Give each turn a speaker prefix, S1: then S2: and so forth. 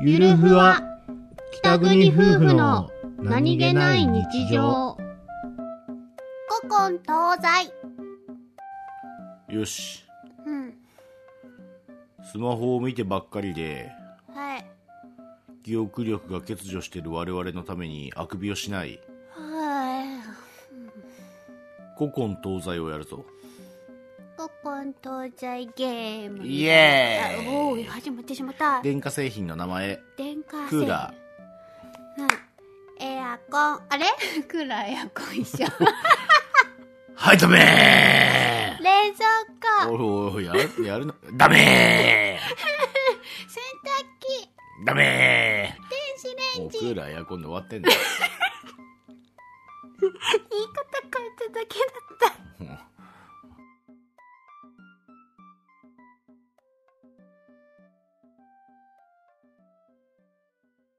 S1: ゆるふわ北国夫婦の
S2: 古今東西
S1: よし
S2: うん
S1: スマホを見てばっかりで
S2: はい
S1: 記憶力が欠如している我々のためにあくびをしない
S2: はい
S1: 古今東西をやるぞ
S2: 古今東西ゲーム
S1: イエーイ
S2: あおーい始まってしまった
S1: 電化製品の名前
S2: 電化製
S1: クーラ
S2: ー、うん、エアコンあれ クーラーエアコン 一緒
S1: ーはいダメ
S2: 冷蔵
S1: ーお
S2: 庫
S1: いおいやるやるのダメ
S2: 洗濯機
S1: ーダメ
S2: 電子レンジ
S1: ーもうクーラーエアコンで終わってんだよ